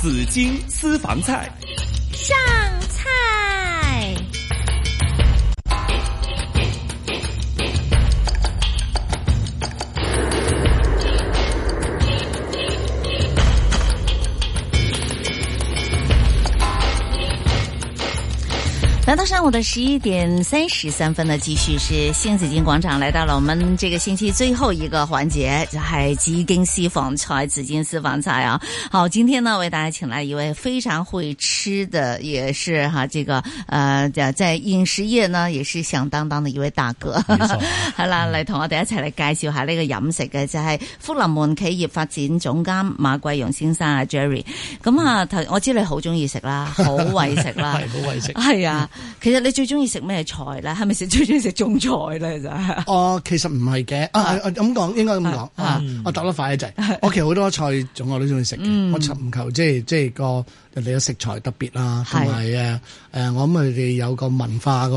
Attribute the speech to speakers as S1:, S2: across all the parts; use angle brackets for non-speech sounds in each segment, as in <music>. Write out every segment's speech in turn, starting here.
S1: 紫金私房菜
S2: 上菜。来到上午的十一点三十三分呢，继续是新紫金广场，来到了我们这个星期最后一个环节，就系紫金私房菜，紫金私房菜啊。好，今天呢为大家请来一位非常会吃的，也是哈、这个呃在饮食业呢也是响当当的一位大哥。好啦，嚟同我哋一齊嚟介紹下呢個飲食嘅，就係、福臨門企業發展總監馬貴榮先生啊 Jerry。咁啊，頭我知你好中意食啦，好為食啦
S3: 係，好為食。嗯
S2: 係啊。其實你最中意食咩菜咧？係咪食最中意食中菜咧？就係
S3: 哦，其實唔係嘅，啊
S2: 啊
S3: 啊咁講應該咁
S2: 啊
S3: 講啊
S1: 嗯，
S3: 我答得快一滯。我其實好多菜種我都中意食嘅，我尋求即係即係個人哋嘅食材特別啦，
S2: 係
S3: 同埋誒誒，我諗佢哋有個文化嗰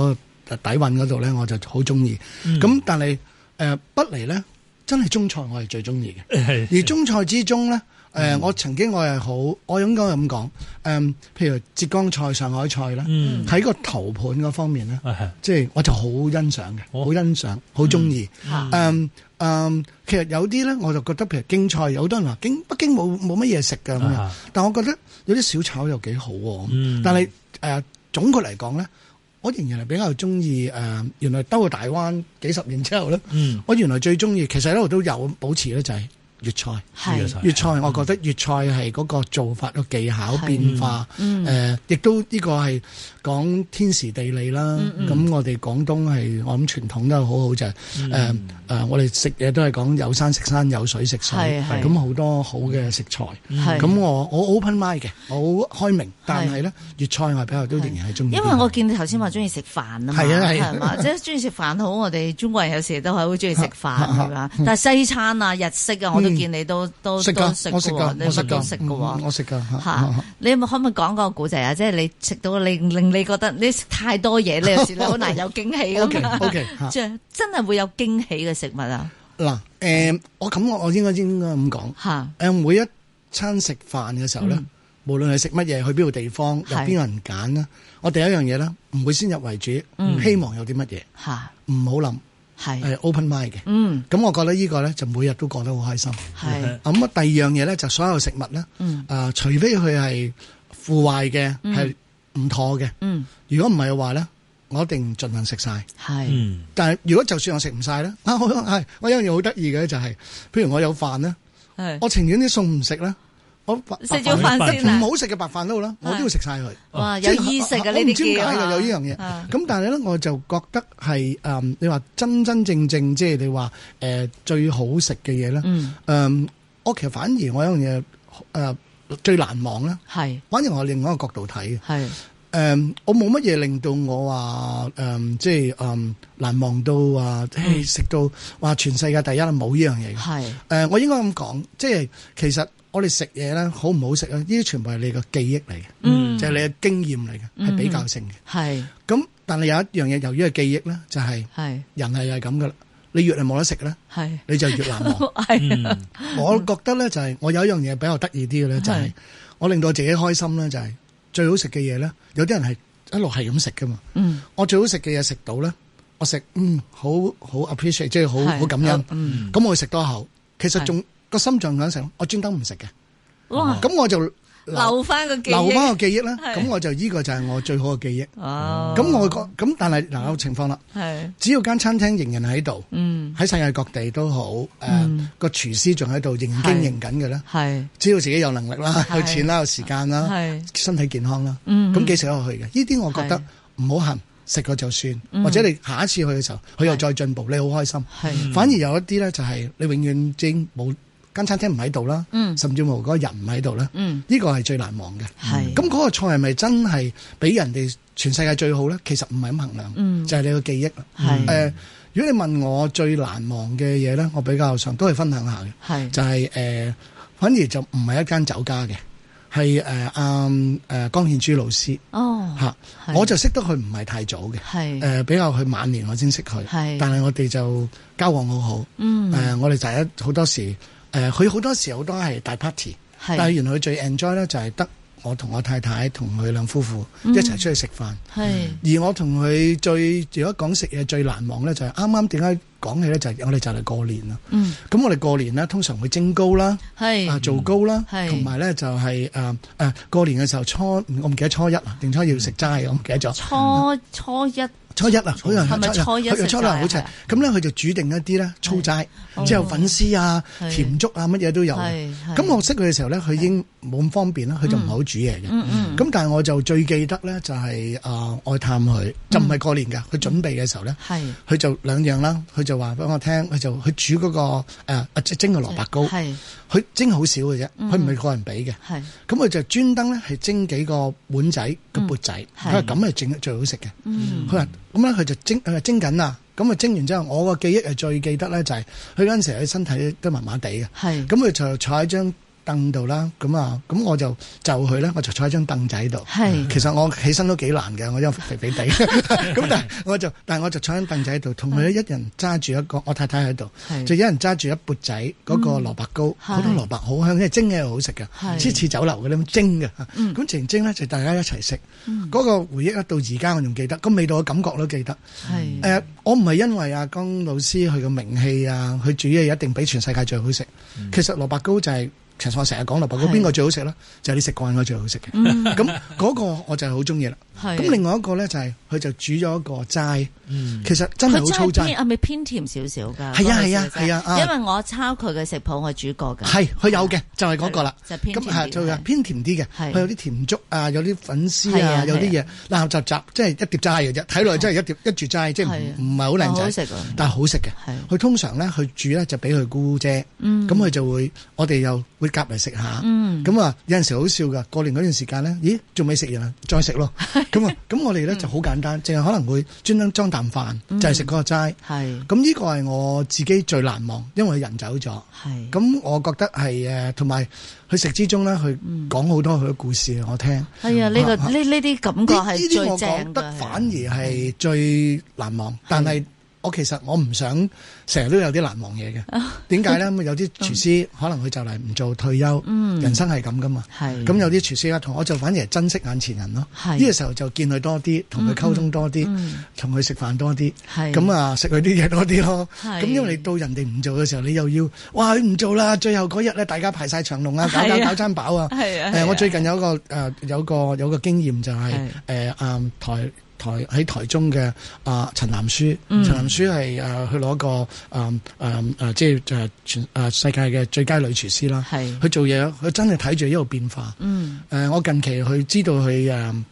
S3: 個底韻嗰度咧，我就好中意。咁但係誒不離咧，真係中菜我係最中意嘅。
S1: 係
S3: 而中菜之中咧，誒、我曾經我係好，我應該咁講，誒、譬如浙江菜、上海菜啦，
S1: 嗯
S3: 喺、個頭盤嗰方面
S4: <laughs>
S3: 咧，
S1: 係係
S3: 即係我就好欣賞嘅，
S1: 哦嗯
S3: 好、欣賞，好中意。
S2: 啊
S3: 誒誒，其實有啲咧，我就覺得譬如京菜，有好多人話京北京冇冇乜嘢食㗎咁
S1: 啊
S3: 樣
S1: 哈，
S3: 但我覺得有啲小炒又幾好喎。
S1: 嗯
S3: 但係誒、總括嚟講咧，我仍然係比較中意誒，原來兜個大灣幾十年之後咧。
S1: 嗯
S3: 我原來最中意，其實一路都有保持咧，就係粵菜。
S1: 呢個
S2: 係
S1: 菜嗯
S3: 粵菜，我覺得粵菜係嗰個做法個技巧
S2: 係
S3: 變化，
S2: 嗯
S3: 誒，亦都呢個係講天時地利啦。
S2: 嗯
S3: 咁我哋廣東係我諗傳統都係好好就係誒
S2: 嗯
S3: 誒，我哋食嘢都係講有山食山，有水食水，
S2: 係係
S3: 咁好多好嘅食材。
S2: 係
S3: 嗯咁我我 open mind 嘅，我好開明，但
S2: 係
S3: 係咧粵菜我係比較都仍然係中意。
S2: 因為我見你頭先話中意食飯啊嘛，
S3: 係啊係啊
S2: 係嘛，即係中意食飯好。我哋中國人有時都係好中意食飯係嘛，但係西餐啊、日式啊，我都見你都都
S3: 食
S2: 都
S3: 噶
S2: 食，
S3: 嗯我食
S2: 過
S3: 噶
S2: 喎，，你
S3: 我食
S2: 乜
S3: 噶
S2: 都，食過喎
S3: 嗯我食噶。
S2: 吓，你有冇可唔可以講個古仔啊？即係你食到令令你覺得你食太多嘢，你有時你好難有驚喜
S3: O
S2: 咁
S3: K <laughs>
S2: 啊
S3: O K 嚇。
S2: 即係真係會有驚喜嘅食物啊！
S3: 嗱，誒、我咁我我應該應該咁講，誒、
S2: 吓，
S3: 每一餐食飯嘅時候咧，無論係食乜嘢，去邊度地方，
S2: 嗯
S3: 有
S2: 係
S3: 邊個人揀咧，我第一樣嘢咧，唔會先入為主，希望有啲乜嘢，
S2: 吓，
S3: 唔好諗，
S2: 嗯係，
S3: 係啊 open mind 嘅。
S2: 嗯，
S3: 咁我覺得呢個咧就每日都過得好開心。
S2: 係，
S3: 咁啊，第二樣嘢咧就所有食物咧，誒、
S2: 嗯
S3: 除非佢係腐壞嘅，係唔妥嘅，
S2: 嗯，
S3: 如果唔係嘅話咧，我一定盡量食晒。
S2: 係，
S1: 嗯
S3: 但係如果就算我食唔晒咧， <laughs> 啊，我係我有一樣嘢好得意嘅就係、譬如我有飯咧。
S2: 係，
S3: 我情願啲餸唔食啦，我白
S2: 食咗飯先
S3: 白
S2: 啊
S3: 唔！好食嘅白飯都好啦，我都要食晒佢。
S2: 哇，
S3: 即係
S2: 有意識嘅
S3: 我
S2: 呢
S3: 我唔
S2: 啲
S3: 知點
S2: 叫
S3: 解
S2: 啊
S3: 嘅有呢樣
S2: 啊
S3: 嘢。咁但係咧，我就覺得係誒、嗯你話真真正正即係你話誒、呃最好食嘅嘢咧，誒、
S2: 嗯，
S3: 我其實反而我有一樣嘢誒最難忘咧，
S2: 係，
S3: 反而我另外一個角度睇嘅。
S2: 係，
S3: 誒、我冇乜嘢令到我話誒、嗯即係誒、難忘到話，誒食到話全世界第一啦，冇呢樣嘢嘅。
S2: 係，
S3: 誒、呃我應該咁講，即係其實我哋食嘢咧，好唔好食咧？啊呢啲全部係你嘅記憶嚟嘅，
S2: 嗯
S3: 就係你嘅經驗嚟嘅，係比較性嘅。
S2: 係，
S3: 咁、但係有一樣嘢，由於係記憶咧，就係、
S2: 係，
S3: 人係係咁噶啦。你越係冇得食咧，
S2: 係，
S3: 你就越
S2: <laughs>
S3: 難忘。
S2: 係，
S3: 我覺得咧就係、我有一樣嘢比較得意啲嘅咧，就係、
S2: 係
S3: 我令到自己開心咧，就係、最好食嘅嘢咧，有啲人係一路係咁食噶嘛。
S2: 嗯，
S3: 我最好食嘅嘢食到咧，我食嗯好好 appreciate，即係好
S2: 係
S3: 好感恩。
S2: 嗯
S3: 咁我會食多口，其實
S2: 係
S3: 仲個心臟想食，我專登唔食嘅。
S2: 哇，
S3: 咁我就
S2: 留翻個記憶，
S3: 留翻個記憶啦。
S2: 係
S3: 咁我就呢個就係我最好嘅記憶。
S2: 哦，
S3: 咁我覺咁，但係嗱有情況啦，
S2: 係，
S3: 只要間餐廳仍然喺度，
S2: 嗯，
S3: 喺世界各地都好，誒個廚師仲喺度仍然經營緊嘅咧。
S2: 係，
S3: 只要自己有能力啦，
S2: 係
S3: 有錢啦，有時間啦，
S2: 係，
S3: 身體健康啦，
S2: 嗯
S3: 咁幾時都去嘅？呢啲我覺
S2: 係
S3: 得唔好恨，食過就算，或者你下一次去嘅時候，佢又再進步，你好開心。
S2: 係，
S3: 反而有一啲咧就係你永遠已經冇間餐廳唔喺度啦，
S2: 嗯
S3: 甚至乎嗰個人唔喺度咧，呢、
S2: 嗯，
S3: 個係最難忘嘅。
S2: 係，
S3: 咁嗰個菜係咪真係比人哋全世界最好咧？其實唔係咁衡量，
S2: 嗯
S3: 就係你個記憶啦。
S2: 係
S3: 呃如果你問我最難忘嘅嘢咧，我比較上都係分享下嘅，
S2: 係，
S3: 就係、呃反而就唔係一間酒家嘅，係誒阿誒江獻珠老師
S2: 哦，
S3: 嚇，
S2: 係
S3: 我就識得佢唔係太早嘅。
S2: 係
S3: 誒、，比較佢晚年我先識佢
S2: 係，
S3: 但係我哋就交往好好。
S2: 嗯
S3: 誒、我哋呃第一好多時誒，佢、好多時好多係大 party，
S2: 係
S3: 但係原來佢最 enjoy 咧就係得我同我太太同佢兩夫
S2: 嗯
S3: 婦一齊出去食飯。
S2: 係
S3: 而我同佢最如果講食嘢最難忘咧，就係啱啱點解講起咧，就係我哋就嚟過年啦。
S2: 嗯
S3: 咁我哋過年咧，通常會蒸糕啦。啊，
S2: 係
S3: 做糕啦，
S2: 嗯係
S3: 同埋咧就係誒誒過年嘅時候初，我唔記得初一啊，定初二要食齋，我唔記得咗。
S2: 初初一
S3: 初一啊，好
S2: 係
S3: 似
S2: 咪初一食齋
S3: 佢初一啊好似係
S2: 係
S3: 咁咧，佢就煮定一啲咧粗齋
S2: 哦，
S3: 之後粉絲啊、
S2: 係
S3: 甜粥啊，乜嘢都有。
S2: 係係
S3: 咁我識佢嘅時候咧，佢已經冇咁方便啦，佢就唔係好煮嘢嘅。
S2: 嗯嗯
S3: 咁但係我就最記得咧，就係誒我去探
S2: 嗯
S3: 佢，就唔係過年㗎，佢準備嘅時候咧。
S2: 係
S3: 佢就兩樣啦，佢就話俾我聽，佢就佢煮嗰個誒啊蒸嘅蘿蔔糕，
S2: 係嗯
S3: 佢蒸好少嘅啫，佢唔係個人俾嘅。
S2: 係
S3: 咁佢就專登咧係蒸幾個碗仔個缽仔，
S2: 嗯
S3: 佢話
S2: 係
S3: 咁係整最好食嘅。
S2: 嗯
S3: 佢話咁啊咧佢就蒸佢話蒸緊啦，咁啊蒸完之後，我個記憶係最記得咧就係佢嗰陣時佢身體都麻麻地嘅，
S2: 係
S3: 咁佢就坐喺張凳度啦，咁啊咁我就就佢咧，我就坐喺張凳仔度。
S2: 係
S3: 其實我起身都幾難嘅，我因為肥肥
S2: <laughs>
S3: 地，咁但係我就但係我就坐喺凳仔度，同佢一人揸住一個，我太太喺度
S2: 係，
S3: 就一人揸住一缽仔嗰個蘿蔔糕，嗰
S2: 嗯係
S3: 度蘿蔔好香，因為蒸嘅又好食嘅
S2: 係，嗯
S3: 似似酒樓嗰啲咁蒸嘅，咁成蒸咧就大家一齊食，嗰個回憶咧到而家我仲記得，個味道嘅感覺都記得。
S2: 係
S3: 誒、我唔係因為阿江老師佢嘅名氣啊，佢煮嘢一定比全世界最好食。其實蘿蔔糕就係、其實我成日講蘿蔔糕
S2: 嗯係嗯
S3: 邊個最好食咧，就係、你食慣嗰最好食嘅。咁嗰、個我就係好中意啦。
S2: 係
S3: 咁另外一個咧就係、佢就煮咗一個齋，其實真係
S2: 嗯佢
S3: 好粗
S2: 真係
S3: 齋
S2: 偏，啊係咪偏甜少少㗎？
S3: 係啊
S2: 嗰個小姐
S3: 係啊係啊啊
S2: 因為我抄佢嘅食譜，我煮過㗎。
S3: 係佢有嘅就係嗰個啦。
S2: 就偏
S3: 咁
S2: 甜
S3: 係
S2: 啲
S3: 就係
S2: 係
S3: 偏甜啲嘅，
S2: 係
S3: 佢有啲甜粥啊，有啲粉絲
S2: 係啊
S3: 啊，有啲
S2: 係
S3: 嘢鬧雜雜，即係一碟齋嘅啫。睇落去真係一碟一住齋，即係
S2: 係啊
S3: 唔唔係好
S2: 唔係
S3: 靚仔
S2: 好食啊，
S3: 但係好食嘅
S2: 係。
S3: 佢通常咧，佢煮咧就俾佢姑姐，咁佢就會我哋又會夾嚟食下。咁啊，有陣時好笑噶，過年嗰段時間咧，咦，仲未食完啊，再食咯。咁啊，咁我哋咧就好簡單，淨係可能會專登裝啖飯，就係食嗰個齋。
S2: 係
S3: 咁呢個係我自己最難忘，因為佢人走咗。
S2: 係
S3: 咁我覺得係誒，同埋佢食之中咧，佢
S2: 嗯
S3: 講好多佢嘅故事我聽。
S2: 係啊！呢個呢呢啲感覺係
S3: 呢呢
S2: 啊嗯
S3: 啲
S2: 最
S3: 我
S2: 正
S3: 覺
S2: 㗎
S3: 得。反而係最難忘，但係我其實我唔想成日都有啲難忘嘢嘅。
S2: <laughs>
S3: 點解咧？咁有啲廚師
S2: 嗯
S3: 可能佢就嚟唔做退休，人生係咁噶嘛。
S2: 係
S3: 咁有啲廚師啊，同我就反而係珍惜眼前人咯。
S2: 係嗯
S3: 呢個時候就見佢多啲，同佢溝通多啲，同佢食飯多啲。
S2: 係
S3: 咁啊，食佢啲嘢多啲咯。
S2: 係
S3: 咁因為你到人哋唔做嘅時候，你又要哇佢唔做啦，最後嗰日咧，大家排晒長龍啊，搞
S2: <laughs>
S3: 搞
S2: 係啊
S3: 搞餐飽啊。
S2: 係 <laughs> 啊係啊
S3: 誒，我最近有一個誒有個有個經驗就係
S2: 係
S3: 誒啊台台喺台中嘅啊陳南書，
S2: 嗯
S3: 陳南書係誒佢攞個啊啊啊即係誒全誒世界嘅最佳女廚師啦。
S2: 係
S3: 佢做嘢，佢真係睇住一路變化。
S2: 嗯
S3: 誒，我近期佢知道佢誒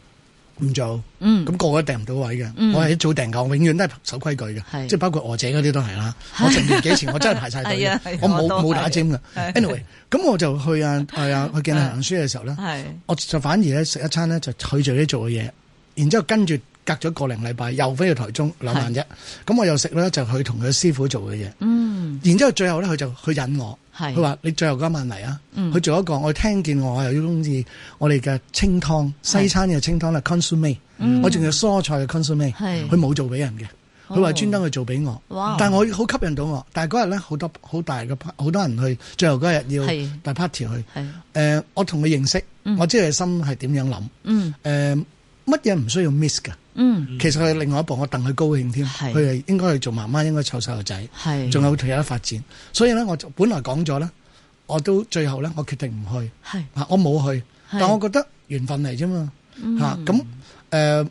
S3: 唔做。
S2: 嗯
S3: 咁個個都訂唔到位嘅，
S2: 嗯
S3: 我係一早訂購，永遠都係守規
S2: 係
S3: 矩嘅，即係包括我姐嗰啲都係啦。我成年幾前我真係排晒隊
S2: 係啊
S3: 嘅
S2: 係啊，
S3: 我冇
S2: 我都係
S3: 冇打尖嘅。anyway，咁我就去啊
S2: <laughs>
S3: 係啊去見阿行書嘅時候咧，
S2: 係
S3: 啊我就反而咧食一餐咧就去做啲做嘅嘢，然之後跟住隔咗個零禮拜又飛去台中兩萬啫，咁我又食咧就去同佢師傅做嘅嘢，
S2: 嗯
S3: 然之後最後咧佢就去引我。
S2: 係嗯
S3: 佢話：你最後嗰一晚嚟啊！佢做一個，我聽見我啊又要中意我哋嘅清湯西餐嘅清湯啦，consomme，我嗯仲有蔬菜嘅 consomme，
S2: 係哦
S3: 佢冇做俾人嘅，佢話專登去做俾
S2: 嗯哇
S3: 我，但係我好吸引到我。但係嗰日咧好多好大嘅 part- 好多人去，最後嗰日要
S2: 係嗯
S3: 大 party 去。
S2: 係
S3: 誒，我同佢認識，我知佢心係點樣諗。
S2: 嗯
S3: 誒，乜嘢唔需要 miss 㗎？
S2: 嗯
S3: 其實佢另外一步，我戥佢高興添。
S2: 係嗯
S3: 佢係應該去做媽媽，應該湊細路仔。
S2: 係
S3: 仲有其他發展。所以咧，我就本來講咗咧，我都最後咧，我決定唔去
S2: 係
S3: 啊，我冇去，
S2: 係嗯
S3: 但我覺得緣分嚟啫嘛嚇。咁誒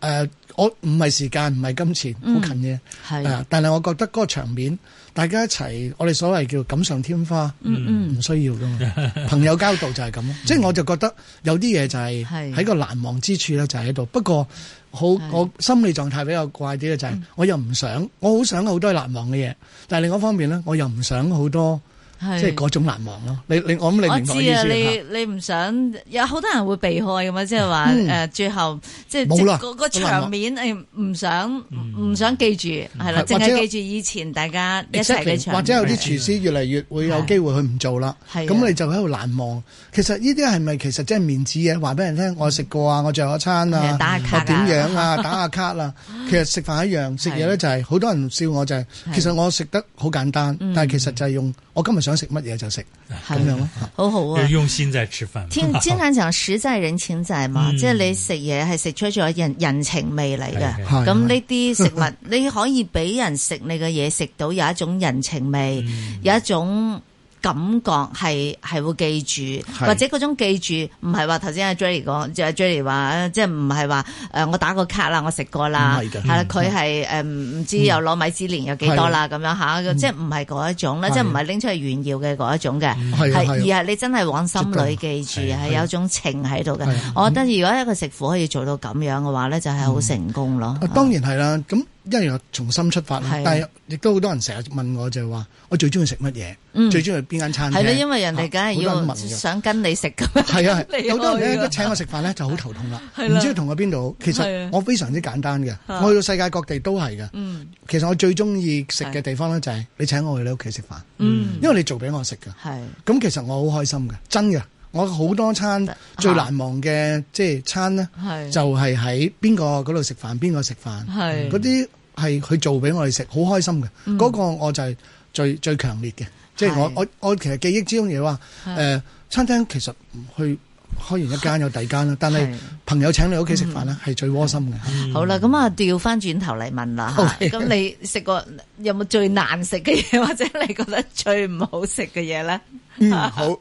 S3: 誒，我唔係時間，唔係金錢，好近嘅。
S2: 嗯係
S3: 啊但係我覺得嗰個場面，大家一齊，我哋所謂叫錦上添花，
S2: 嗯
S3: 唔需要噶嘛。
S2: <laughs>
S3: 朋友交道就係咁咯，即係我就覺得有啲嘢就係
S2: 係
S3: 喺個難忘之處咧，就係喺度。不過好，
S2: 係嗯
S3: 我心理狀態比較怪啲咧，就係我又唔想，我好想好多難忘嘅嘢，但係另一方面咧，我又唔想好多
S2: 係
S3: 嗯即係嗰種難忘咯。你你我諗你
S2: 我
S3: 明白
S2: 知
S3: 我意
S2: 啊，
S3: 思
S2: 你
S3: 嚇
S2: 你唔想有好多人會避開㗎嘛，即係話誒，最後即係
S3: 嗯冇
S2: 即係
S3: 啦
S2: 個個
S3: 冇啦
S2: 場面誒唔想唔想記住係啦，
S3: 嗯係
S2: 淨
S3: 或者
S2: 係記住以前大家一齊嘅
S3: Exactly，
S2: 場面，
S3: 或者有啲廚師越嚟越會有機會佢唔做啦，
S2: 係啊
S3: 咁你就喺度難忘。其實呢啲係咪其實即係面子嘢？話俾人聽，我食過啊，我最後一
S2: 嗯
S3: 餐
S2: 係啊
S3: 啊，
S2: 打下卡
S3: 我點
S2: <laughs>
S3: 樣啊，打下卡啦。其實食飯一
S2: 嗯
S3: 樣，食嘢咧就係好多人笑我就係，其實我食得好簡單，但係其實就係用我今日想食乜嘢就食咁樣嗯咯。嚇
S2: 好好啊
S4: 要。用心在吃饭。
S3: <laughs>
S2: 天經常講實在人情在嘛，
S4: 嗯
S2: 即係你食嘢係食出咗人人情味嚟嘅
S4: 係。
S3: 係
S2: 咁
S3: 係
S2: 呢啲食物， <laughs> 你可以俾人食你嘅嘢，食到有一種人情味，
S4: 嗯
S2: 有一種感覺係係會記住，
S3: 係
S2: 或者嗰種記住唔係話頭先阿 Jerry 講，即係 Jerry 話，即係唔係話誒我打過卡啦，我食過啦，
S3: 唔係㗎嗯
S2: 係啦，佢係誒唔唔知又攞米芝蓮有幾多啦咁樣嚇，即係唔係嗰一種啦，
S3: 嗯係
S2: 即係唔係拎出去炫耀嘅嗰一種嘅。
S3: 係啊
S2: 係
S3: 係啊
S2: 而係你真係往心裏記住，
S4: 係
S2: 係有種情喺度嘅
S3: 啊係。啊嗯
S2: 我覺得如果一個食府可以做到咁樣嘅話咧，就係好成功咯。
S3: 啊，當然係啦。咁因為我從心出發啦
S2: 係，
S3: 但係亦都好多人成日問我就係話，我最中意食乜嘢？
S2: 嗯
S3: 最中意邊間餐廳？
S2: 係咯，因為人哋梗係
S3: 啊好多人
S2: 要
S3: 問嘅
S2: 想跟你食咁樣。
S3: 係啊，
S2: <laughs>
S3: 係
S2: 你
S3: 有好多人
S2: 去㗎
S3: 咧一請我食飯咧就好頭痛啦，
S2: 係
S3: 唔
S2: 啦
S3: 知同我邊度好。其
S2: 係啊
S3: 實我非常之簡單嘅，
S2: 啊
S3: 我去到世界各地都係嘅。
S2: 嗯
S3: 其實我最中意食
S2: 係
S3: 嘅地方咧就係你請我去你屋企食飯，
S2: 嗯，
S3: 因為你做俾我食㗎。
S2: 係
S3: 咁其實我好開心嘅，真嘅。我好多餐最難忘嘅即係餐咧，
S2: 係
S3: 就係喺邊個嗰度食飯，邊個食飯，
S2: 係
S3: 嗰啲係佢做俾我哋食，好開心嘅。嗰個我就係最最強烈嘅，即嗯係我
S2: 係
S3: 我我其實記憶之中嘢話，誒餐廳其實去開完一間有第二間啦，但係嗯
S2: 係
S3: 朋友請你屋企食飯咧係最窩心嘅。
S2: 好啦，咁啊調翻轉頭嚟問
S3: <laughs>
S2: 啦嚇
S3: OK
S2: 咁你食過有冇最難食嘅嘢， <laughs> 或者你覺得最唔好食嘅嘢咧？
S3: 嗯，好，誒、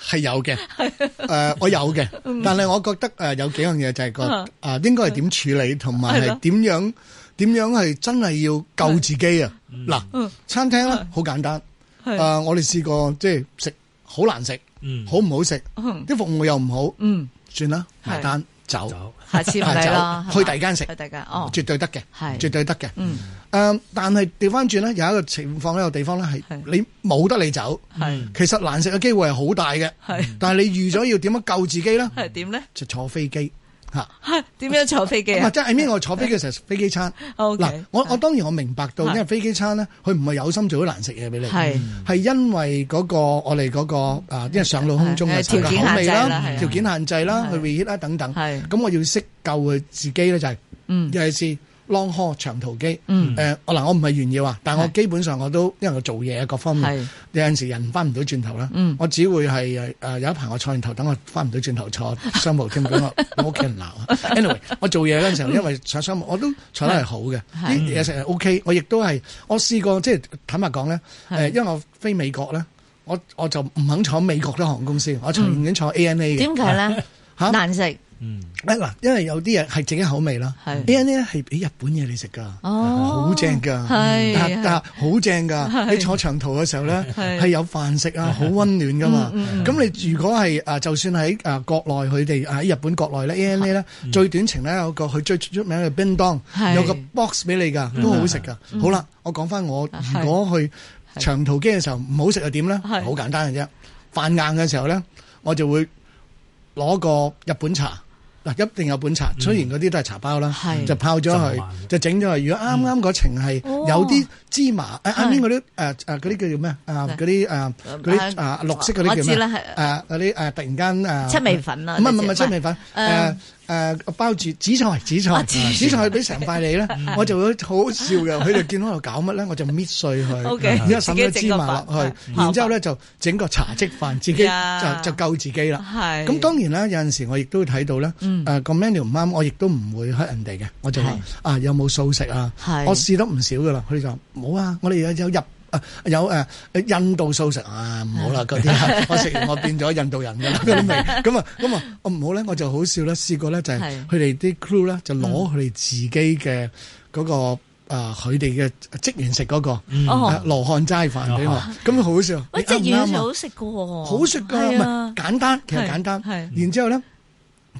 S3: 係有嘅，誒、我有嘅，但係我覺得誒、有幾樣嘢就係個
S2: 啊
S3: 啊、應該係點處理，同埋
S2: 係
S3: 係
S2: 咯
S3: 點樣點樣係真係要救自己啊！嗱、餐廳咧好簡單，誒、我哋試過即係食好難食，
S4: 嗯
S3: 好唔好食，
S2: 嗯
S3: 啲服務又唔好，
S2: 嗯，
S3: 算啦，
S2: 係
S3: 埋單走，
S4: 走
S2: 下次唔嚟啦
S3: 啊，走
S2: 係嘛
S3: 去第二間食
S2: 去第二間哦，
S3: 絕對得嘅，
S2: 係
S3: 絕對得嘅。
S2: 嗯
S3: 誒，但係調翻轉咧，有一個情況，有一個地方咧係
S2: 係
S3: 你冇得你走，
S2: 係
S3: 其實難食嘅機會係好大嘅。
S2: 係
S3: 但係你預咗要點樣救自己咧？
S2: 係點咧？
S3: 就坐飛機嚇，唔
S2: 點樣坐飛機
S3: 係
S2: 啊？
S3: 即係 I mean 我坐飛機嘅時候食飛
S2: <laughs>
S3: 機餐。
S2: OK，
S3: 嗱，我我當然我明白到，
S2: 係
S3: 因為飛機餐咧，佢唔係有心做咗難食嘢俾你，
S2: 係
S3: 係因為嗰個我哋嗰個啊，因為上到空中
S2: 係
S3: 嘅
S2: 係
S3: 時候嘅口味
S2: 條件限制啦係啊
S3: 啦、條件限制啦、
S2: 係
S3: 去 reheat 啦等等。
S2: 係
S3: 咁我要識救佢自己咧，就係
S2: 嗯
S3: 尤其是 long haul 長途機。
S2: 嗯
S3: 誒，我嗱我唔係炫耀啊，但我
S2: 係
S3: 基本上我都因為我做嘢啊各方面。
S2: 係
S3: 有陣時人翻唔到轉頭啦，
S2: 嗯
S3: 我只會係誒誒有一排我坐完頭，等我翻唔到轉頭坐商務添，俾我 <laughs> 我屋企人鬧啊。anyway，我做嘢嗰陣時候，因為坐商務我都坐得係好嘅，
S2: 係嗯
S3: 啲嘢食係 OK，我亦都係我試過即係坦白講咧，誒、
S2: 係
S3: 因為我飛美國咧，我我就唔肯坐美國啲航空公司，我曾經坐 ANA 嘅。
S2: 嗯點解咧？
S3: 嚇
S2: 難食
S4: 嗯，
S3: 誒嗱，因為有啲嘢係自己口味啦
S2: 係
S3: ，ANA 咧係俾日本嘢你食㗎。
S2: 哦，
S3: 好正㗎，
S2: 係
S3: 啊
S2: 係
S3: 啊好正㗎！
S2: 係
S3: 你坐長途嘅時候咧，
S2: 係
S3: 係有飯食啊，好温暖㗎嘛
S2: 嗯嗯。
S3: 咁你如果係啊，就算喺啊國內佢哋啊喺日本國內咧，ANA 咧最短程咧有個佢最出名嘅冰當
S2: 係，嗯
S3: 有個 box 俾你㗎，都好食㗎。好啦，我講翻我
S2: 係
S3: 如果去長途機嘅時候唔好食又點咧？
S2: 係
S3: 好簡單嘅啫，飯硬嘅時候咧，我就會攞個日本茶。嗱，一定有本茶，雖然嗰啲都係茶包啦
S2: 嗯係，
S3: 就泡咗
S4: 浸
S3: 佢
S4: 埋，
S3: 就整咗佢。如果啱啱嗰程係
S2: 哦
S3: 有啲芝麻，誒
S2: 係
S3: 啱啱嗰啲誒誒嗰啲叫做咩啊？
S2: 咩
S3: 嗰啲誒
S2: 誒
S3: 嗰啲
S2: 啊
S3: 誒綠色嗰啲
S2: 我
S3: 叫
S2: 知
S3: 咩？
S2: 啦
S3: 誒啊嗰啲誒突然間誒
S2: 七味粉啊
S3: 唔係唔係唔
S2: 你
S3: 係
S2: 知
S3: 七味粉
S2: 誒
S3: 誒誒包住紫菜紫
S2: 嗯啊
S3: 菜
S2: 紫嗯
S3: 紫菜俾成
S2: <laughs>
S3: 塊你咧，我就會好好笑嘅。佢就見到我搞乜咧，我就搣碎
S2: OK，
S3: 佢，然之
S2: 自
S3: 後
S2: 己
S3: 滲咗
S2: 整
S3: 芝
S2: 個
S3: 麻
S2: 飯
S3: 落去，
S2: 係
S3: 然之後咧就整個茶漬飯，自己
S2: 呀
S3: 就就救自己啦。
S2: 係
S3: 咁當然啦，有陣時我亦都會睇到咧，啊
S2: 嗯
S3: 誒個 menu 唔啱，我亦都唔會 hurt 人哋嘅，我就話
S2: 係
S3: 啊有冇素食啊
S2: 係？
S3: 我試得唔少噶啦，佢哋就冇啊，我哋有有入。啊有誒誒印度素食啊，唔好啦嗰啲啊， <laughs> 我食完我變咗印度人㗎啦嗰
S2: <laughs>
S3: 啲味，咁啊咁啊，我唔好咧，我就好笑咧，試過咧就係
S2: 係嗯
S3: 佢哋啲 crew 咧就攞佢哋自己嘅嗰個啊佢哋嘅職員食嗰個
S2: 哦
S3: 啊羅漢齋飯俾我，咁好好笑。
S2: 喂，
S3: 你啱
S2: 隻
S3: 唔
S2: 魚
S3: 啱啊
S2: 好食㗎喎，
S3: 好食噶，唔
S2: 哦係啊
S3: 係簡單，其實
S2: 係
S3: 簡單。
S2: 係
S3: 然之後咧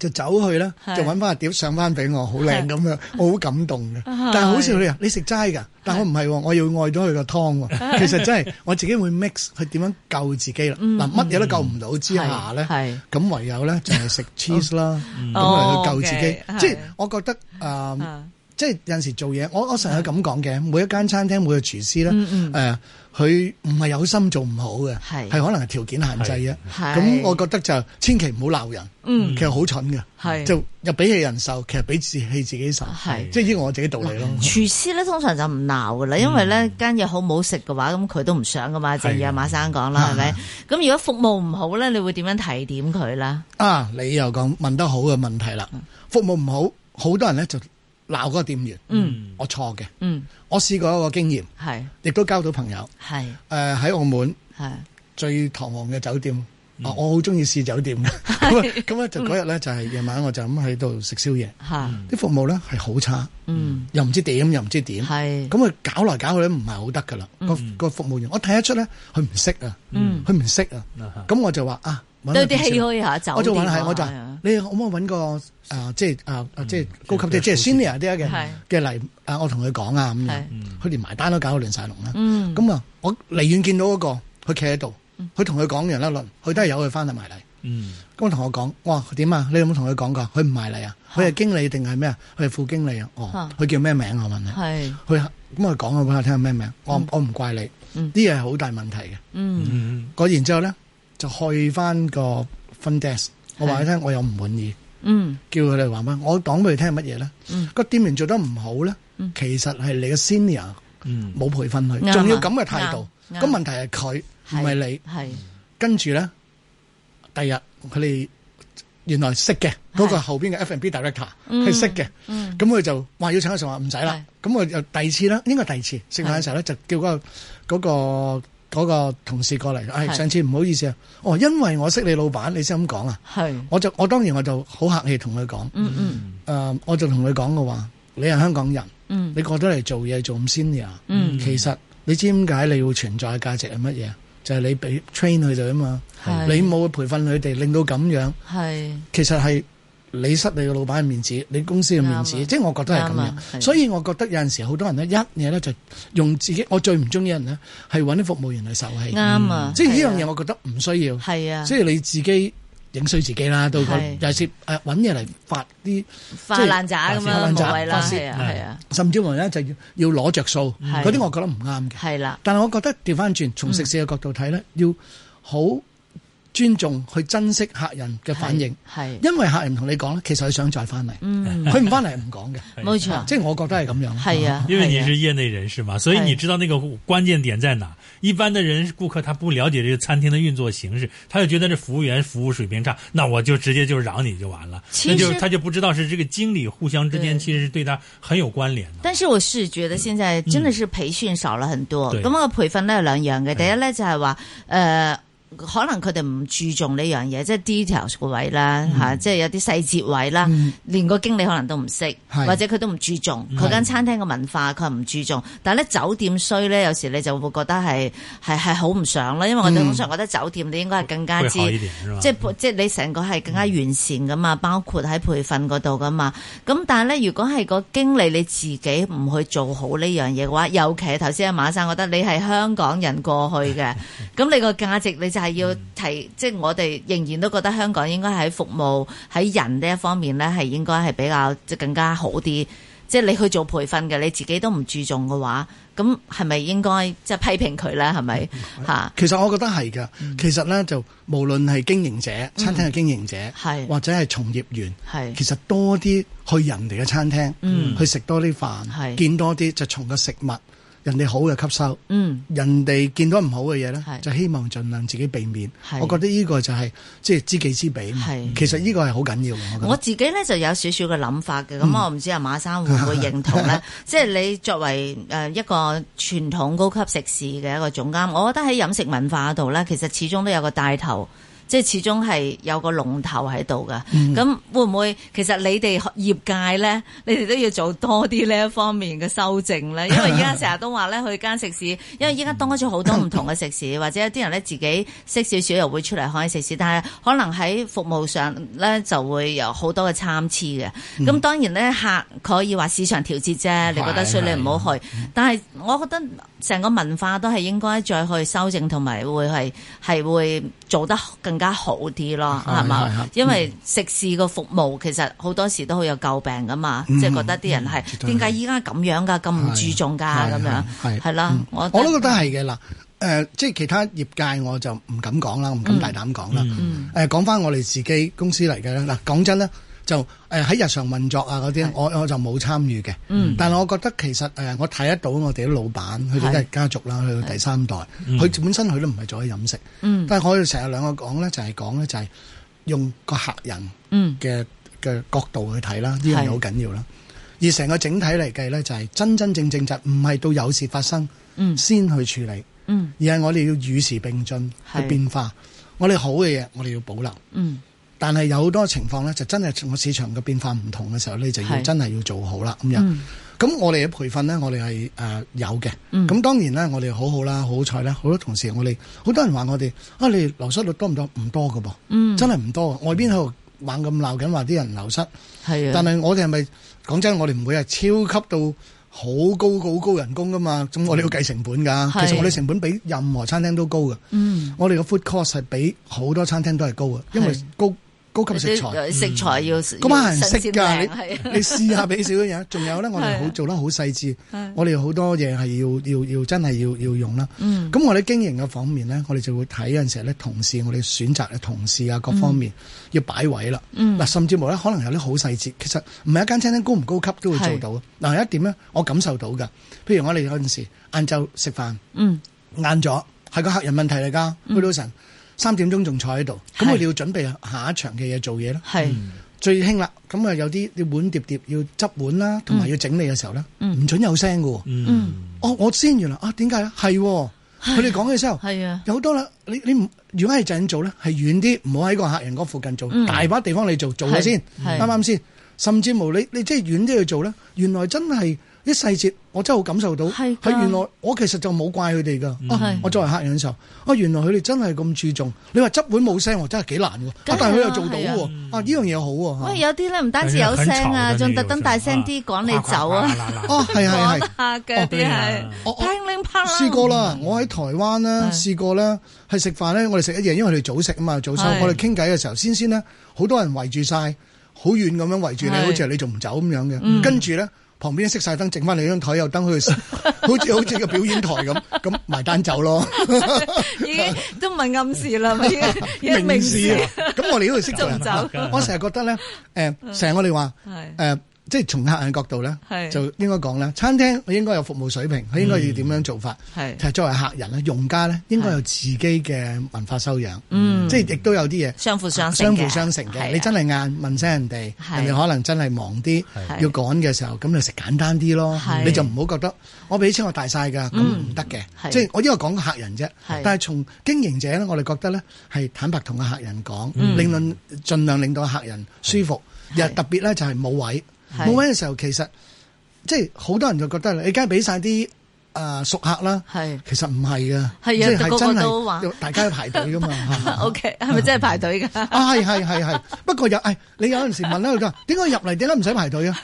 S3: 就走去咧，
S2: 係
S3: 就揾翻個碟上翻俾我，好靚咁樣，我好感動嘅。
S2: 係
S3: 但係好笑你啊，你食齋㗎，但我唔係喎，我要愛咗佢個湯
S2: 啊
S3: 喎。其實真係我自己會 mix 佢點樣救自己啦。嗱，乜嘢都救唔到之下咧
S2: 嗯係係，
S3: 咁
S2: <laughs>
S3: 唯有咧就係食 cheese 啦，咁啊
S2: 哦
S3: 嚟去救自己
S2: ，OK，係。
S3: 即係我覺得啊
S2: 啊
S3: 即係有陣時做嘢，我我成日咁講嘅，每一間餐廳每個廚師咧，誒、
S2: 嗯
S3: 呃佢唔係有心做唔好嘅，
S2: 係
S3: 係可能係條件限制嘅。
S2: 係
S3: 咁我覺得就千祈唔好鬧人，
S2: 嗯
S3: 其實好蠢嘅，
S2: 係
S3: 就又俾氣人受，其實俾自氣自己受，
S2: 係嗯
S3: 即係依我自己道理咯。
S2: 廚師咧通常就唔鬧噶啦，因為
S3: 嗯
S2: 咧間嘢好唔好食嘅話，咁佢都唔想噶
S3: 啊
S2: 嘛。正如阿馬生講啦，係咪？咁如果服務唔好咧，你會點樣提點佢啦？
S3: 啊，你又講問得好嘅問題啦，
S2: 嗯
S3: 服務唔好，好多人咧就鬧嗰個店員，
S2: 嗯
S3: 我錯嘅，
S2: 嗯，
S3: 我試過一個經驗，
S2: 係
S3: 亦都交到朋友，
S2: 係
S3: 誒、喺澳門。
S2: 係
S3: 最堂皇嘅酒店。
S2: 嗯
S3: 啊！我好中意試酒店
S2: <laughs>
S3: 嘅，咁啊咁咧就嗰日咧就係夜晚我就咁喺度食宵夜，
S2: 嚇，
S3: 啲服務咧係好差，
S2: 嗯
S3: 又唔知點又唔知點，
S2: 係
S3: 咁啊搞嚟搞去咧唔係好得噶啦，個個服務員我睇得出咧佢唔識啊，
S2: 嗯，
S3: 佢唔識啊，
S4: 嗯
S3: 咁我就話啊，揾
S2: 都有
S3: 個
S2: 啲
S3: 點
S2: 唏
S3: 算
S2: 噓下酒
S3: 我就
S2: 店
S3: 揾
S2: 啊
S3: 係我就
S2: 係啊
S3: 你可唔可以揾個啊即係啊啊即係高級啲即係
S4: 即係
S3: senior 啲嘅
S2: 係
S3: 嘅嚟啊我同佢講啊咁樣
S2: 係，
S3: 佢連埋單都搞到亂晒龍啦。
S2: 嗯
S3: 咁啊，我離遠見到嗰、個，佢企喺度，佢同佢講完一輪，佢都係由佢翻嚟埋嚟。
S4: 嗯
S3: 咁佢同我講，我話點啊？你有冇同佢講過？佢唔埋嚟啊？佢係經理定係咩啊？佢係副經理啊？哦，
S2: 嚇
S3: 佢叫咩名啊？我問你，
S2: 係
S3: 佢咁佢講我俾我聽係咩名？我我唔怪你，
S2: 嗯
S3: 啲嘢係好大問題嘅。
S2: 嗯
S3: 嗰然之後咧，就去翻個 fund desk，我話你聽，我又唔滿意，
S2: 嗯
S3: 叫佢哋話乜？我講俾佢聽係乜嘢咧
S2: 嗯？
S3: 個店員做得唔好咧，其實係你嘅 senior。冇
S4: 嗯
S3: 培訓佢，仲要咁嘅態度。
S2: 啊啱啱
S3: 咁問題係佢，唔係你。
S2: 係
S3: 跟住咧，第日佢哋原來識嘅嗰個後邊嘅 F&B director
S2: 嗯
S3: 係識嘅，咁佢就話要請佢食飯，唔使啦。咁我又第二次啦，應該第二次食飯嘅時候咧，就叫嗰個嗰個嗰個同事過嚟。唉，
S2: 係
S3: 上次唔好意思啊，哦，因為我識你老闆，你先咁講啊。
S2: 係
S3: 我就我當然我就好客氣同佢講，
S2: 嗯嗯
S3: 誒，我就同佢講嘅話，你係香港人。
S2: 嗯
S3: 你過得嚟做嘢做咁 senior，
S2: 嗯
S3: 其實你知點解你會存在嘅價值係乜嘢？就係、你俾 train 佢哋啊嘛，
S2: 係
S3: 你冇培訓佢哋，令到咁樣，
S2: 係
S3: 其實係你失你嘅老闆嘅面子，你公司嘅面
S2: 啱啊
S3: 子，即係我覺得係
S2: 啱
S3: 咁
S2: 啊係
S3: 樣。所以我覺得有陣時好多人咧，一嘢咧就用自己，我最唔中意人咧係揾啲服務員嚟受氣，
S2: 啱啊！
S3: 嗯即係呢樣嘢，我覺得唔需要。
S2: 係啊，
S3: 即係你自己影衰自己啦，到個
S2: 係
S3: 尤其是誒揾嘢嚟發啲。
S2: 發爛渣咁
S3: 發
S2: 樣
S3: 爛
S2: 無
S3: 渣
S2: 謂啦，
S3: 發
S2: 係
S3: 泄嗯
S2: 啊係啊，
S3: 甚至乎咧就要要攞着數，
S2: 係
S3: 嗰啲我覺得唔啱嘅。
S2: 係啦，
S3: 但係我覺得調翻轉，從食肆嘅角度睇咧，要好尊重去珍惜客人嘅反應，
S2: 係
S3: 因為客人同你講咧，其實佢想再翻嚟，
S2: 嗯
S3: 佢唔翻嚟係唔講嘅，
S2: 冇錯，
S3: 即係我覺得係咁樣。
S2: 係啊，
S4: 因为你
S2: 係啊
S4: 是业内人士嘛，所以你知道那个关键点在哪。一般的人顾客他不了解这个餐厅的运作形式，他就觉得这服务员服务水平差，那我就直接就嚷你就完了，
S2: 其
S4: 那就
S2: 实
S4: 他就不知道是这个经理互相之间
S2: 对
S4: 其实是对他很有关联的。
S2: 但是我是覺得現在真的是培訓少了很多，
S4: 嗯對嗯
S2: 咁啊培訓都有兩樣嘅，第一咧就係話誒。呃可能佢哋唔注重呢樣嘢，即係 details 個位啦
S4: 嗯
S2: 嚇，即係有啲細節位啦，連個經理可能都唔識，
S3: 係
S2: 或者佢都唔注重
S4: 嗯
S2: 佢間餐廳嘅文化，佢唔注重。但係咧酒店衰咧，有時你就會覺得係係係好唔想啦，因為我哋通常覺得酒店你應該係更加
S4: 会
S2: 之
S4: 嗯好一点是吧？
S2: 即係即係你成個係更加完善噶嘛，包括喺培訓嗰度噶嘛。咁但係咧，如果係個經理你自己唔去做好呢樣嘢嘅話，尤其係頭先阿馬生覺得你係香港人過去嘅，咁你個價值你就係要提，即係我哋仍然都覺得香港應該喺服務喺人呢一方面咧係應該係比較即係更加好啲。即係你去做培訓嘅，你自己都唔注重嘅話，咁係咪應該即係批評佢咧？係咪吓？
S3: 其實我覺得係㗎，
S2: 嗯
S3: 其實咧就無論係經營者、餐廳嘅經營者，
S2: 係
S3: 或者係從業員，
S2: 係
S3: 其實多啲去人哋嘅餐廳，
S2: 嗯
S3: 去食多啲
S2: 係
S3: 飯，見多啲，就從個食物人哋好嘅吸收。
S2: 嗯
S3: 人哋見到唔好嘅嘢咧
S2: 係，
S3: 就希望盡量自己避免
S2: 係。
S3: 我覺得呢個就係即係知己知彼嘛
S2: 係。
S3: 其實呢個係好緊要嘅，
S2: 我
S3: 我覺
S2: 自己咧就有少少嘅諗法嘅，咁、我唔知阿馬生會唔會認同咧？即係你作為誒一個傳統高級食肆嘅一個總監，我覺得喺飲食文化度咧，其實始終都有個帶頭。即係始終係有個龍頭喺度噶，咁、會唔會其實你哋業界咧， <laughs> 你哋都要做多啲呢一方面嘅修正咧？因為而家成日都話咧，去間食肆，因為依家多咗好多唔同嘅食肆，或者有啲人咧自己識少少又會出嚟開食肆，但係可能喺服務上咧就會有好多嘅參差嘅。咁、當然咧，客可以話市場調節啫，你覺得所以你唔好去。但係我覺得成個文化都係應該再去修正，同埋會係係會做得更加好啲咯，
S3: 係
S2: 係
S3: 係嗯
S2: 嘛
S3: 係？
S2: 因為食肆個服務其實好多時都好有詬病噶嘛，即係覺得啲人係
S3: 嗯絕對
S2: 點
S3: 係
S2: 解依家咁樣㗎，咁唔注重㗎咁樣，
S3: 係
S2: 係啦
S3: 嗯，
S2: 我
S3: 我都覺得係嘅嗱。誒、即係其他業界我就唔敢講啦，我唔敢大膽講啦。誒、講翻我哋自己公司嚟嘅啦。嗱，講真咧，就誒喺日常運作啊嗰啲，我我就冇參與嘅。嗯、但係我覺得其實誒、我睇得到我哋啲老闆，佢哋都係家族啦，去到第三代，佢本身佢都唔係做喺飲食。
S2: 嗯
S3: 但係我哋成日兩個講咧，就係講咧就係用個客人
S2: 嗯
S3: 嘅嘅角度去睇啦，呢樣嘢
S2: 係
S3: 好緊要啦。而成個整體嚟計咧，就係真真正正就唔係到有事發生
S2: 嗯
S3: 先去處理，
S2: 嗯
S3: 而係我哋要與時並進去
S2: 係
S3: 變化。我哋好嘅嘢，我哋要保留。
S2: 嗯
S3: 但係有好多情況咧，就真係個市場嘅變化唔同嘅時候咧，就要
S2: 係
S3: 真係要做好啦咁樣。
S2: 嗯
S3: 咁、我哋嘅培訓咧，我哋係誒有嘅。咁、
S2: 嗯
S3: 當然啦，我哋好好啦，好好彩啦，好多同事我哋好多人話我哋啊，你流失率多唔多？唔多嘅噃，
S2: 嗯，
S3: 真係唔多。外邊喺度猛咁鬧緊話啲人流失，
S2: 係
S3: 但
S2: 啊，
S3: 係我哋係咪講真，我哋唔會係超級到好高好高人工噶嘛？咁我哋要計成本㗎。
S2: 嗯係
S3: 其實我哋成本比任何餐廳都高嘅。
S2: 嗯，
S3: 我哋嘅 food cost 係比好多餐廳都係高嘅，因為
S2: 係
S3: 高高級食材。嗯
S2: 啲食材要嗰
S3: 嗰班人識啊㗎，
S2: 係啊
S3: 你你試下俾少少嘢。仲有咧，我哋
S2: 係
S3: 好
S2: 啊
S3: 做得好細緻
S2: 係，
S3: 我哋好多嘢係要要要真係要要用啦。
S2: 嗯
S3: 咁我哋經營嘅方面咧，我哋就會睇有陣時咧，同事我哋選擇嘅同事啊，各方面要擺位啦。
S2: 嗯
S3: 嗱，甚至乎咧，可能有啲好細節，其實唔係一間餐廳高唔高級都會做
S2: 係
S3: 到。嗱，有一點咧，我感受到㗎。譬如我哋有陣時晏晝食飯。
S2: 嗯
S3: 晏咗，係個客人問題嚟㗎。去到成三點鐘仲坐喺度，咁
S2: 係
S3: 我哋要準備下一場嘅嘢做嘢啦。
S2: 係
S3: 最興啦，咁啊有啲啲碗碟碟要執碗啦，同埋要整理嘅時候咧，唔、
S2: 嗯
S3: 準有聲㗎喎。
S4: 嗯
S3: 哦，我先原來啊，點解咧？係喎佢哋講嘅時候，
S2: 係啊，
S3: 有好多啦。你你唔如果係就咁做咧，係遠啲，唔好喺個客人嗰附近做，
S2: 嗯
S3: 大把地方你做，做咗先，
S2: 係
S3: 啱啱先？甚至無你你即係遠啲去做咧，原來真係啲細節，我真係好感受到。
S2: 係㗎
S3: 係原來我其實就冇怪佢哋㗎。啊
S2: 係，
S3: 我作為客人嘅時候，啊原來佢哋真係咁注重。你話執碗冇聲喎，真係幾難喎。
S2: 梗係
S3: 啊，但係佢又做到
S2: 啦係
S3: 喎
S2: 啊。
S3: 啊，呢樣嘢好喎。
S2: 喂，有啲咧唔單止有
S3: 哎
S2: 聲啊，
S4: 但是很吵的
S2: 仲特登大聲啲趕你走啊，
S3: 哦，
S2: <laughs>
S3: 係係係
S2: 趕。下嘅
S3: 哦
S2: 啲係
S3: 我我
S2: 砰鈴砰啷
S3: 試過啦，我喺台灣咧
S2: 啊嗯係
S3: 試過咧，係食飯咧，我哋食一夜，因為佢哋早食啊嘛，早收。
S2: 係
S3: 我哋傾偈嘅時候，先先咧，好多人圍住晒，好遠咁樣圍住你，
S2: 係嗯
S3: 好似你仲唔走咁樣嘅。跟住咧，旁邊熄晒燈，剩翻你張台有燈去， <laughs> 好似好似個表演台咁，咁埋單
S2: <laughs>
S3: 走咯，
S2: 已經都唔係暗示
S3: <laughs>
S2: 啦，咪已經
S3: 明示啊。咁我哋都度識做人啊
S2: 仲走，
S3: 我成日覺得咧，誒，成日我哋話。誒、
S2: 係
S3: 即係從客人角度咧，
S2: 係
S3: 就應該講咧，餐廳佢應該有服務水平，佢應該要點樣做法？
S2: 係
S3: 其實作為客人咧，用家咧應該有自己嘅文化修養，
S2: 嗯
S3: 即係亦都有啲嘢
S2: 相輔相成
S3: 相
S2: 嘅
S3: 輔相成
S2: 係啊
S3: 嘅。你真係晏問聲人哋，
S2: 係
S3: 人哋可能真係忙啲
S2: 係，
S3: 要趕嘅時候，咁你食簡單啲咯
S2: 係，嗯
S3: 你就唔好覺得我俾錢我大晒㗎，咁唔得嘅
S2: 係。
S3: 即係我因為講客人啫
S2: 係，
S3: 但係從經營者咧，我哋覺得咧係坦白同個客人講，
S2: 嗯
S3: 令論盡量令到客人舒服，又特別咧就係冇位。
S2: 係
S3: 冇位嘅時候，其實即係好多人就覺得你梗係俾晒啲誒熟客啦，
S2: 係 <laughs>
S3: 其實唔係㗎，
S2: 係啊
S3: 即
S2: 個個
S3: 真
S2: 都話
S3: 係大家要排隊㗎嘛。
S2: O K，係咪真係排隊
S3: <laughs>
S2: 㗎？
S3: 啊，係係係係，不過有誒，你有陣時問咧，佢話點解入嚟點解唔使排
S2: <laughs>
S3: 隊啊？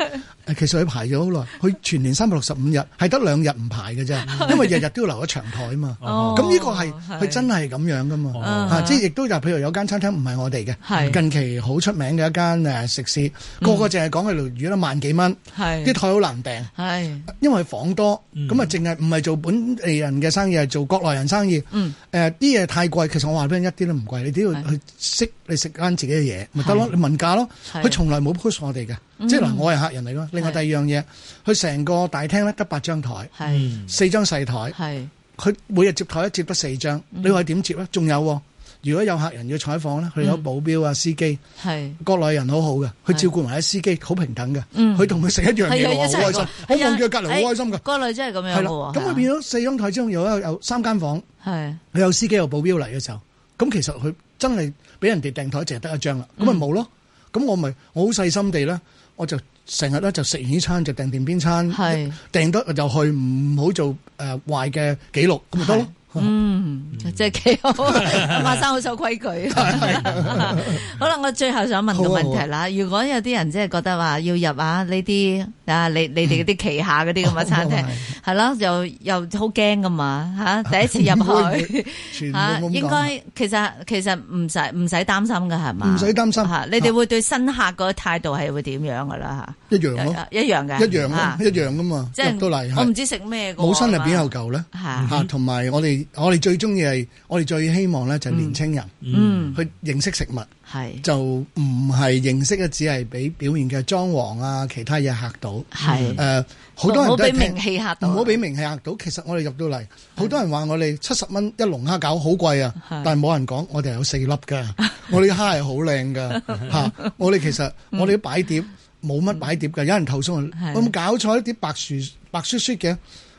S3: 誒，其實佢排咗好耐，佢全年三百六十五日係得兩日唔排
S2: <laughs>
S3: 嘅啫，因為日日都要留一長台嘛。
S2: 哦
S3: 咁呢個係佢真係咁樣噶嘛？
S4: 哦
S3: 啊，即係亦都就譬如有間餐廳唔係我哋
S2: 係
S3: 嘅，近期好出名嘅一間誒食肆，個個淨係講佢條魚啦，萬幾蚊，
S2: 係
S3: 啲台好難訂。
S2: 係
S3: 因為房多，咁啊淨係唔係做本地人嘅生意，係做國內人生意。
S2: 嗯
S3: 誒啲嘢太貴，其實我話俾你一啲都唔貴，你只要
S2: 係
S3: 去識你食翻自己嘅嘢，咪得咯，
S2: 係
S3: 你問價咯。
S2: 係
S3: 佢從來冇 push 我哋嘅，即係嗱，我係客人嚟咯。另外第二樣嘢，佢成個大廳咧得八張台，
S2: 係
S4: 嗯
S3: 四張細台，
S2: 係
S3: 佢每日接台一接得四張，你話點接咧？仲有喎，如果有客人要採訪咧，佢有保鏢啊、司機。
S2: 係。
S3: 國內人好好嘅，佢
S2: 係
S3: 照顧埋啲司機，好平等嘅。
S2: 嗯
S3: 佢同佢食一樣嘢，
S2: 係
S3: 我
S2: 啊，
S3: 好開心。我望住佢隔離好開心
S2: 嘅
S3: 㗎。
S2: 國內真係啊咁樣
S3: 係
S2: 嘅
S3: 啦，
S2: 喎。
S3: 咁佢變咗四張台之中有有三間房，
S2: 係
S3: 佢有司機有保鏢嚟嘅時候，咁其實佢真係俾人哋訂台淨係得一張啦，咁咪冇咯。咁我咪我好細心地咧，我就成日咧就食完呢餐就訂定邊餐，
S2: 係
S3: 訂得就去，唔好做誒壞嘅記錄，咁咪得咯。
S2: 嗯，即係幾
S3: <laughs>
S2: 好，馬生好守規矩。
S3: 啊
S2: 好啦，我最後想問個問題啦。如果有啲人即係覺得話要入啊呢啲啊，你你哋嗰啲旗下嗰啲咁嘅餐廳
S3: 哦
S2: 係咯，又又好驚噶嘛
S3: <laughs>
S2: 嚇，第一次入
S3: 唔會
S2: 去。
S3: 全部
S2: 吓，
S3: 冇咁
S2: 應
S3: 講。
S2: 該其實其實唔使唔使擔心噶係嘛？
S3: 唔使擔心啊
S2: 吓，你哋會對新客個態度係會點樣噶啦
S3: 一樣
S2: 吓？
S3: 咯，
S2: 一一樣嘅，
S3: 一樣
S2: 吓
S3: 咯，一樣噶嘛，
S2: 即係
S3: 入到嚟
S2: 我唔
S3: 係
S2: 知食咩噶喎，
S3: 冇新入邊
S2: 係
S3: 有
S2: 嘛
S3: 舊咧。
S2: 吓，
S3: 嚇，同埋我哋我哋最中意係我哋最希望咧就係年青人
S2: 嗯，
S3: 去認識食物，
S2: 係
S3: 就唔係認識嘅只係俾表面嘅裝潢啊其他嘢嚇到。
S2: 係
S3: 誒，好多人
S2: 唔好
S3: 都
S2: 俾
S3: 係聽
S2: 名氣嚇
S3: 唔
S2: 到，
S3: 好俾名氣嚇到。其實我哋入到嚟，好多人話我哋七十蚊一籠蝦餃好貴啊
S2: 係，
S3: 但係冇人講我哋有四
S2: <laughs>
S3: 粒㗎，我哋啲蝦係好靚㗎嚇。我哋其實我哋啲擺碟冇乜擺碟㗎，有人投訴我
S2: 嗯係
S3: 我有冇搞錯啲白薯白雪雪嘅。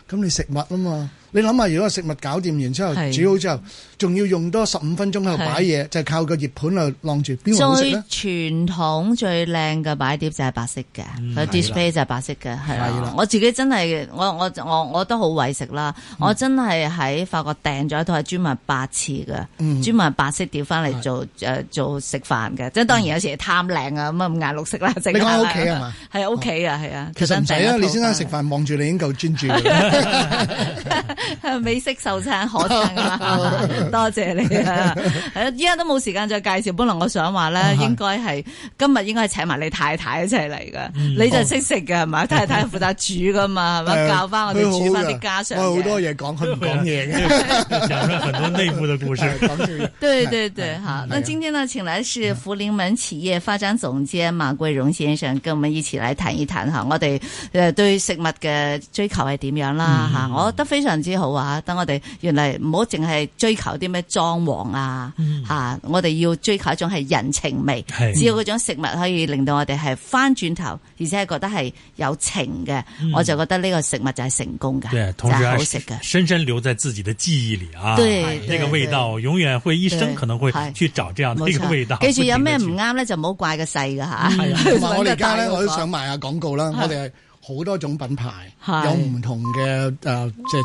S3: 咁你食物啊嘛，你諗下，如果食物搞掂完之後
S2: 係
S3: 煮好之後，仲要用多十五分鐘喺度擺嘢，就係靠個熱盤喺度晾住，邊個好食
S2: 最
S3: 咧？
S2: 傳統最靚嘅擺碟就係白色嘅，佢 display 就係白色嘅，係
S3: 嗯係
S2: 啦
S3: 啦。
S2: 我自己真係我我我我都好為食啦，
S3: 嗯
S2: 我真係喺法國訂咗一套係專門白次
S3: 嗯
S2: 嘅，專門白色碟翻嚟做誒做食飯嘅。即係當然有時貪靚啊，咁啊五顏六色啦，整
S3: 你講
S2: 下啦
S3: 喺屋企係嘛？
S2: 係屋企啊，係啊。
S3: 其實唔使
S2: 特
S3: 啊，
S2: 登訂一
S3: 李
S2: 套
S3: 先生食飯望住你已經夠
S2: <laughs>
S3: 專注㗎啦。
S2: 美式壽餐可餐噶
S3: <laughs>
S2: 嘛，多謝你啊！誒依家都冇時間再介紹，本來我想話咧，
S3: 係
S2: 應該係今日應該係請埋你太太一齊嚟噶，
S3: 嗯
S2: 你
S3: 哦
S2: 就識食嘅係嘛？太太負責煮噶嘛，係嘛？教翻我哋煮翻啲家常
S3: <laughs> 佢好啊㗎我有好多
S2: 嘅。
S3: 嘢講，佢唔講嘢嘅。
S4: 讲出很多内部
S2: <laughs>
S4: 的故
S3: <laughs>
S4: 事。
S3: 係講笑嘢
S2: 對對
S4: 哎
S2: 對，好。那今天呢，請來
S4: 嗯
S2: 是福臨門企業發展總監馬桂榮先生，跟我們一起來談一談吓，我哋誒對食物嘅追求係點樣啦
S4: 嗯
S2: 吓，我覺得非常之好啊！等我哋原來唔好淨係追求啲咩裝潢啊
S4: 嗯
S2: 吓，我哋要追求一種係人情味，
S4: 係
S2: 只要嗰種食物可以令到我哋係翻轉頭，而且係覺得係有情嘅，我就覺得呢個食物就係成功嘅，
S4: 嗯对，
S2: 就
S4: 同时
S2: 係
S4: 还
S2: 好食嘅。
S4: 深深留在自己的记忆里啊。
S2: 对
S4: 哎
S2: 对
S4: 那个味道永远会一生
S2: 对
S4: 可能会
S2: 是
S4: 去找这样的
S2: 冇
S4: 一个
S2: 錯
S4: 味道。
S2: 記住有咩
S4: 不
S2: 唔
S4: 停地嗯去
S2: 啱咧，就唔好怪個細噶吓。
S3: 係啊，
S2: <laughs>
S3: 同埋我哋而家咧，
S2: 搵個大嗰個
S3: 我都想賣下廣告啦。我哋係好多種品牌
S2: 係，
S3: 有唔同嘅誒，呃即係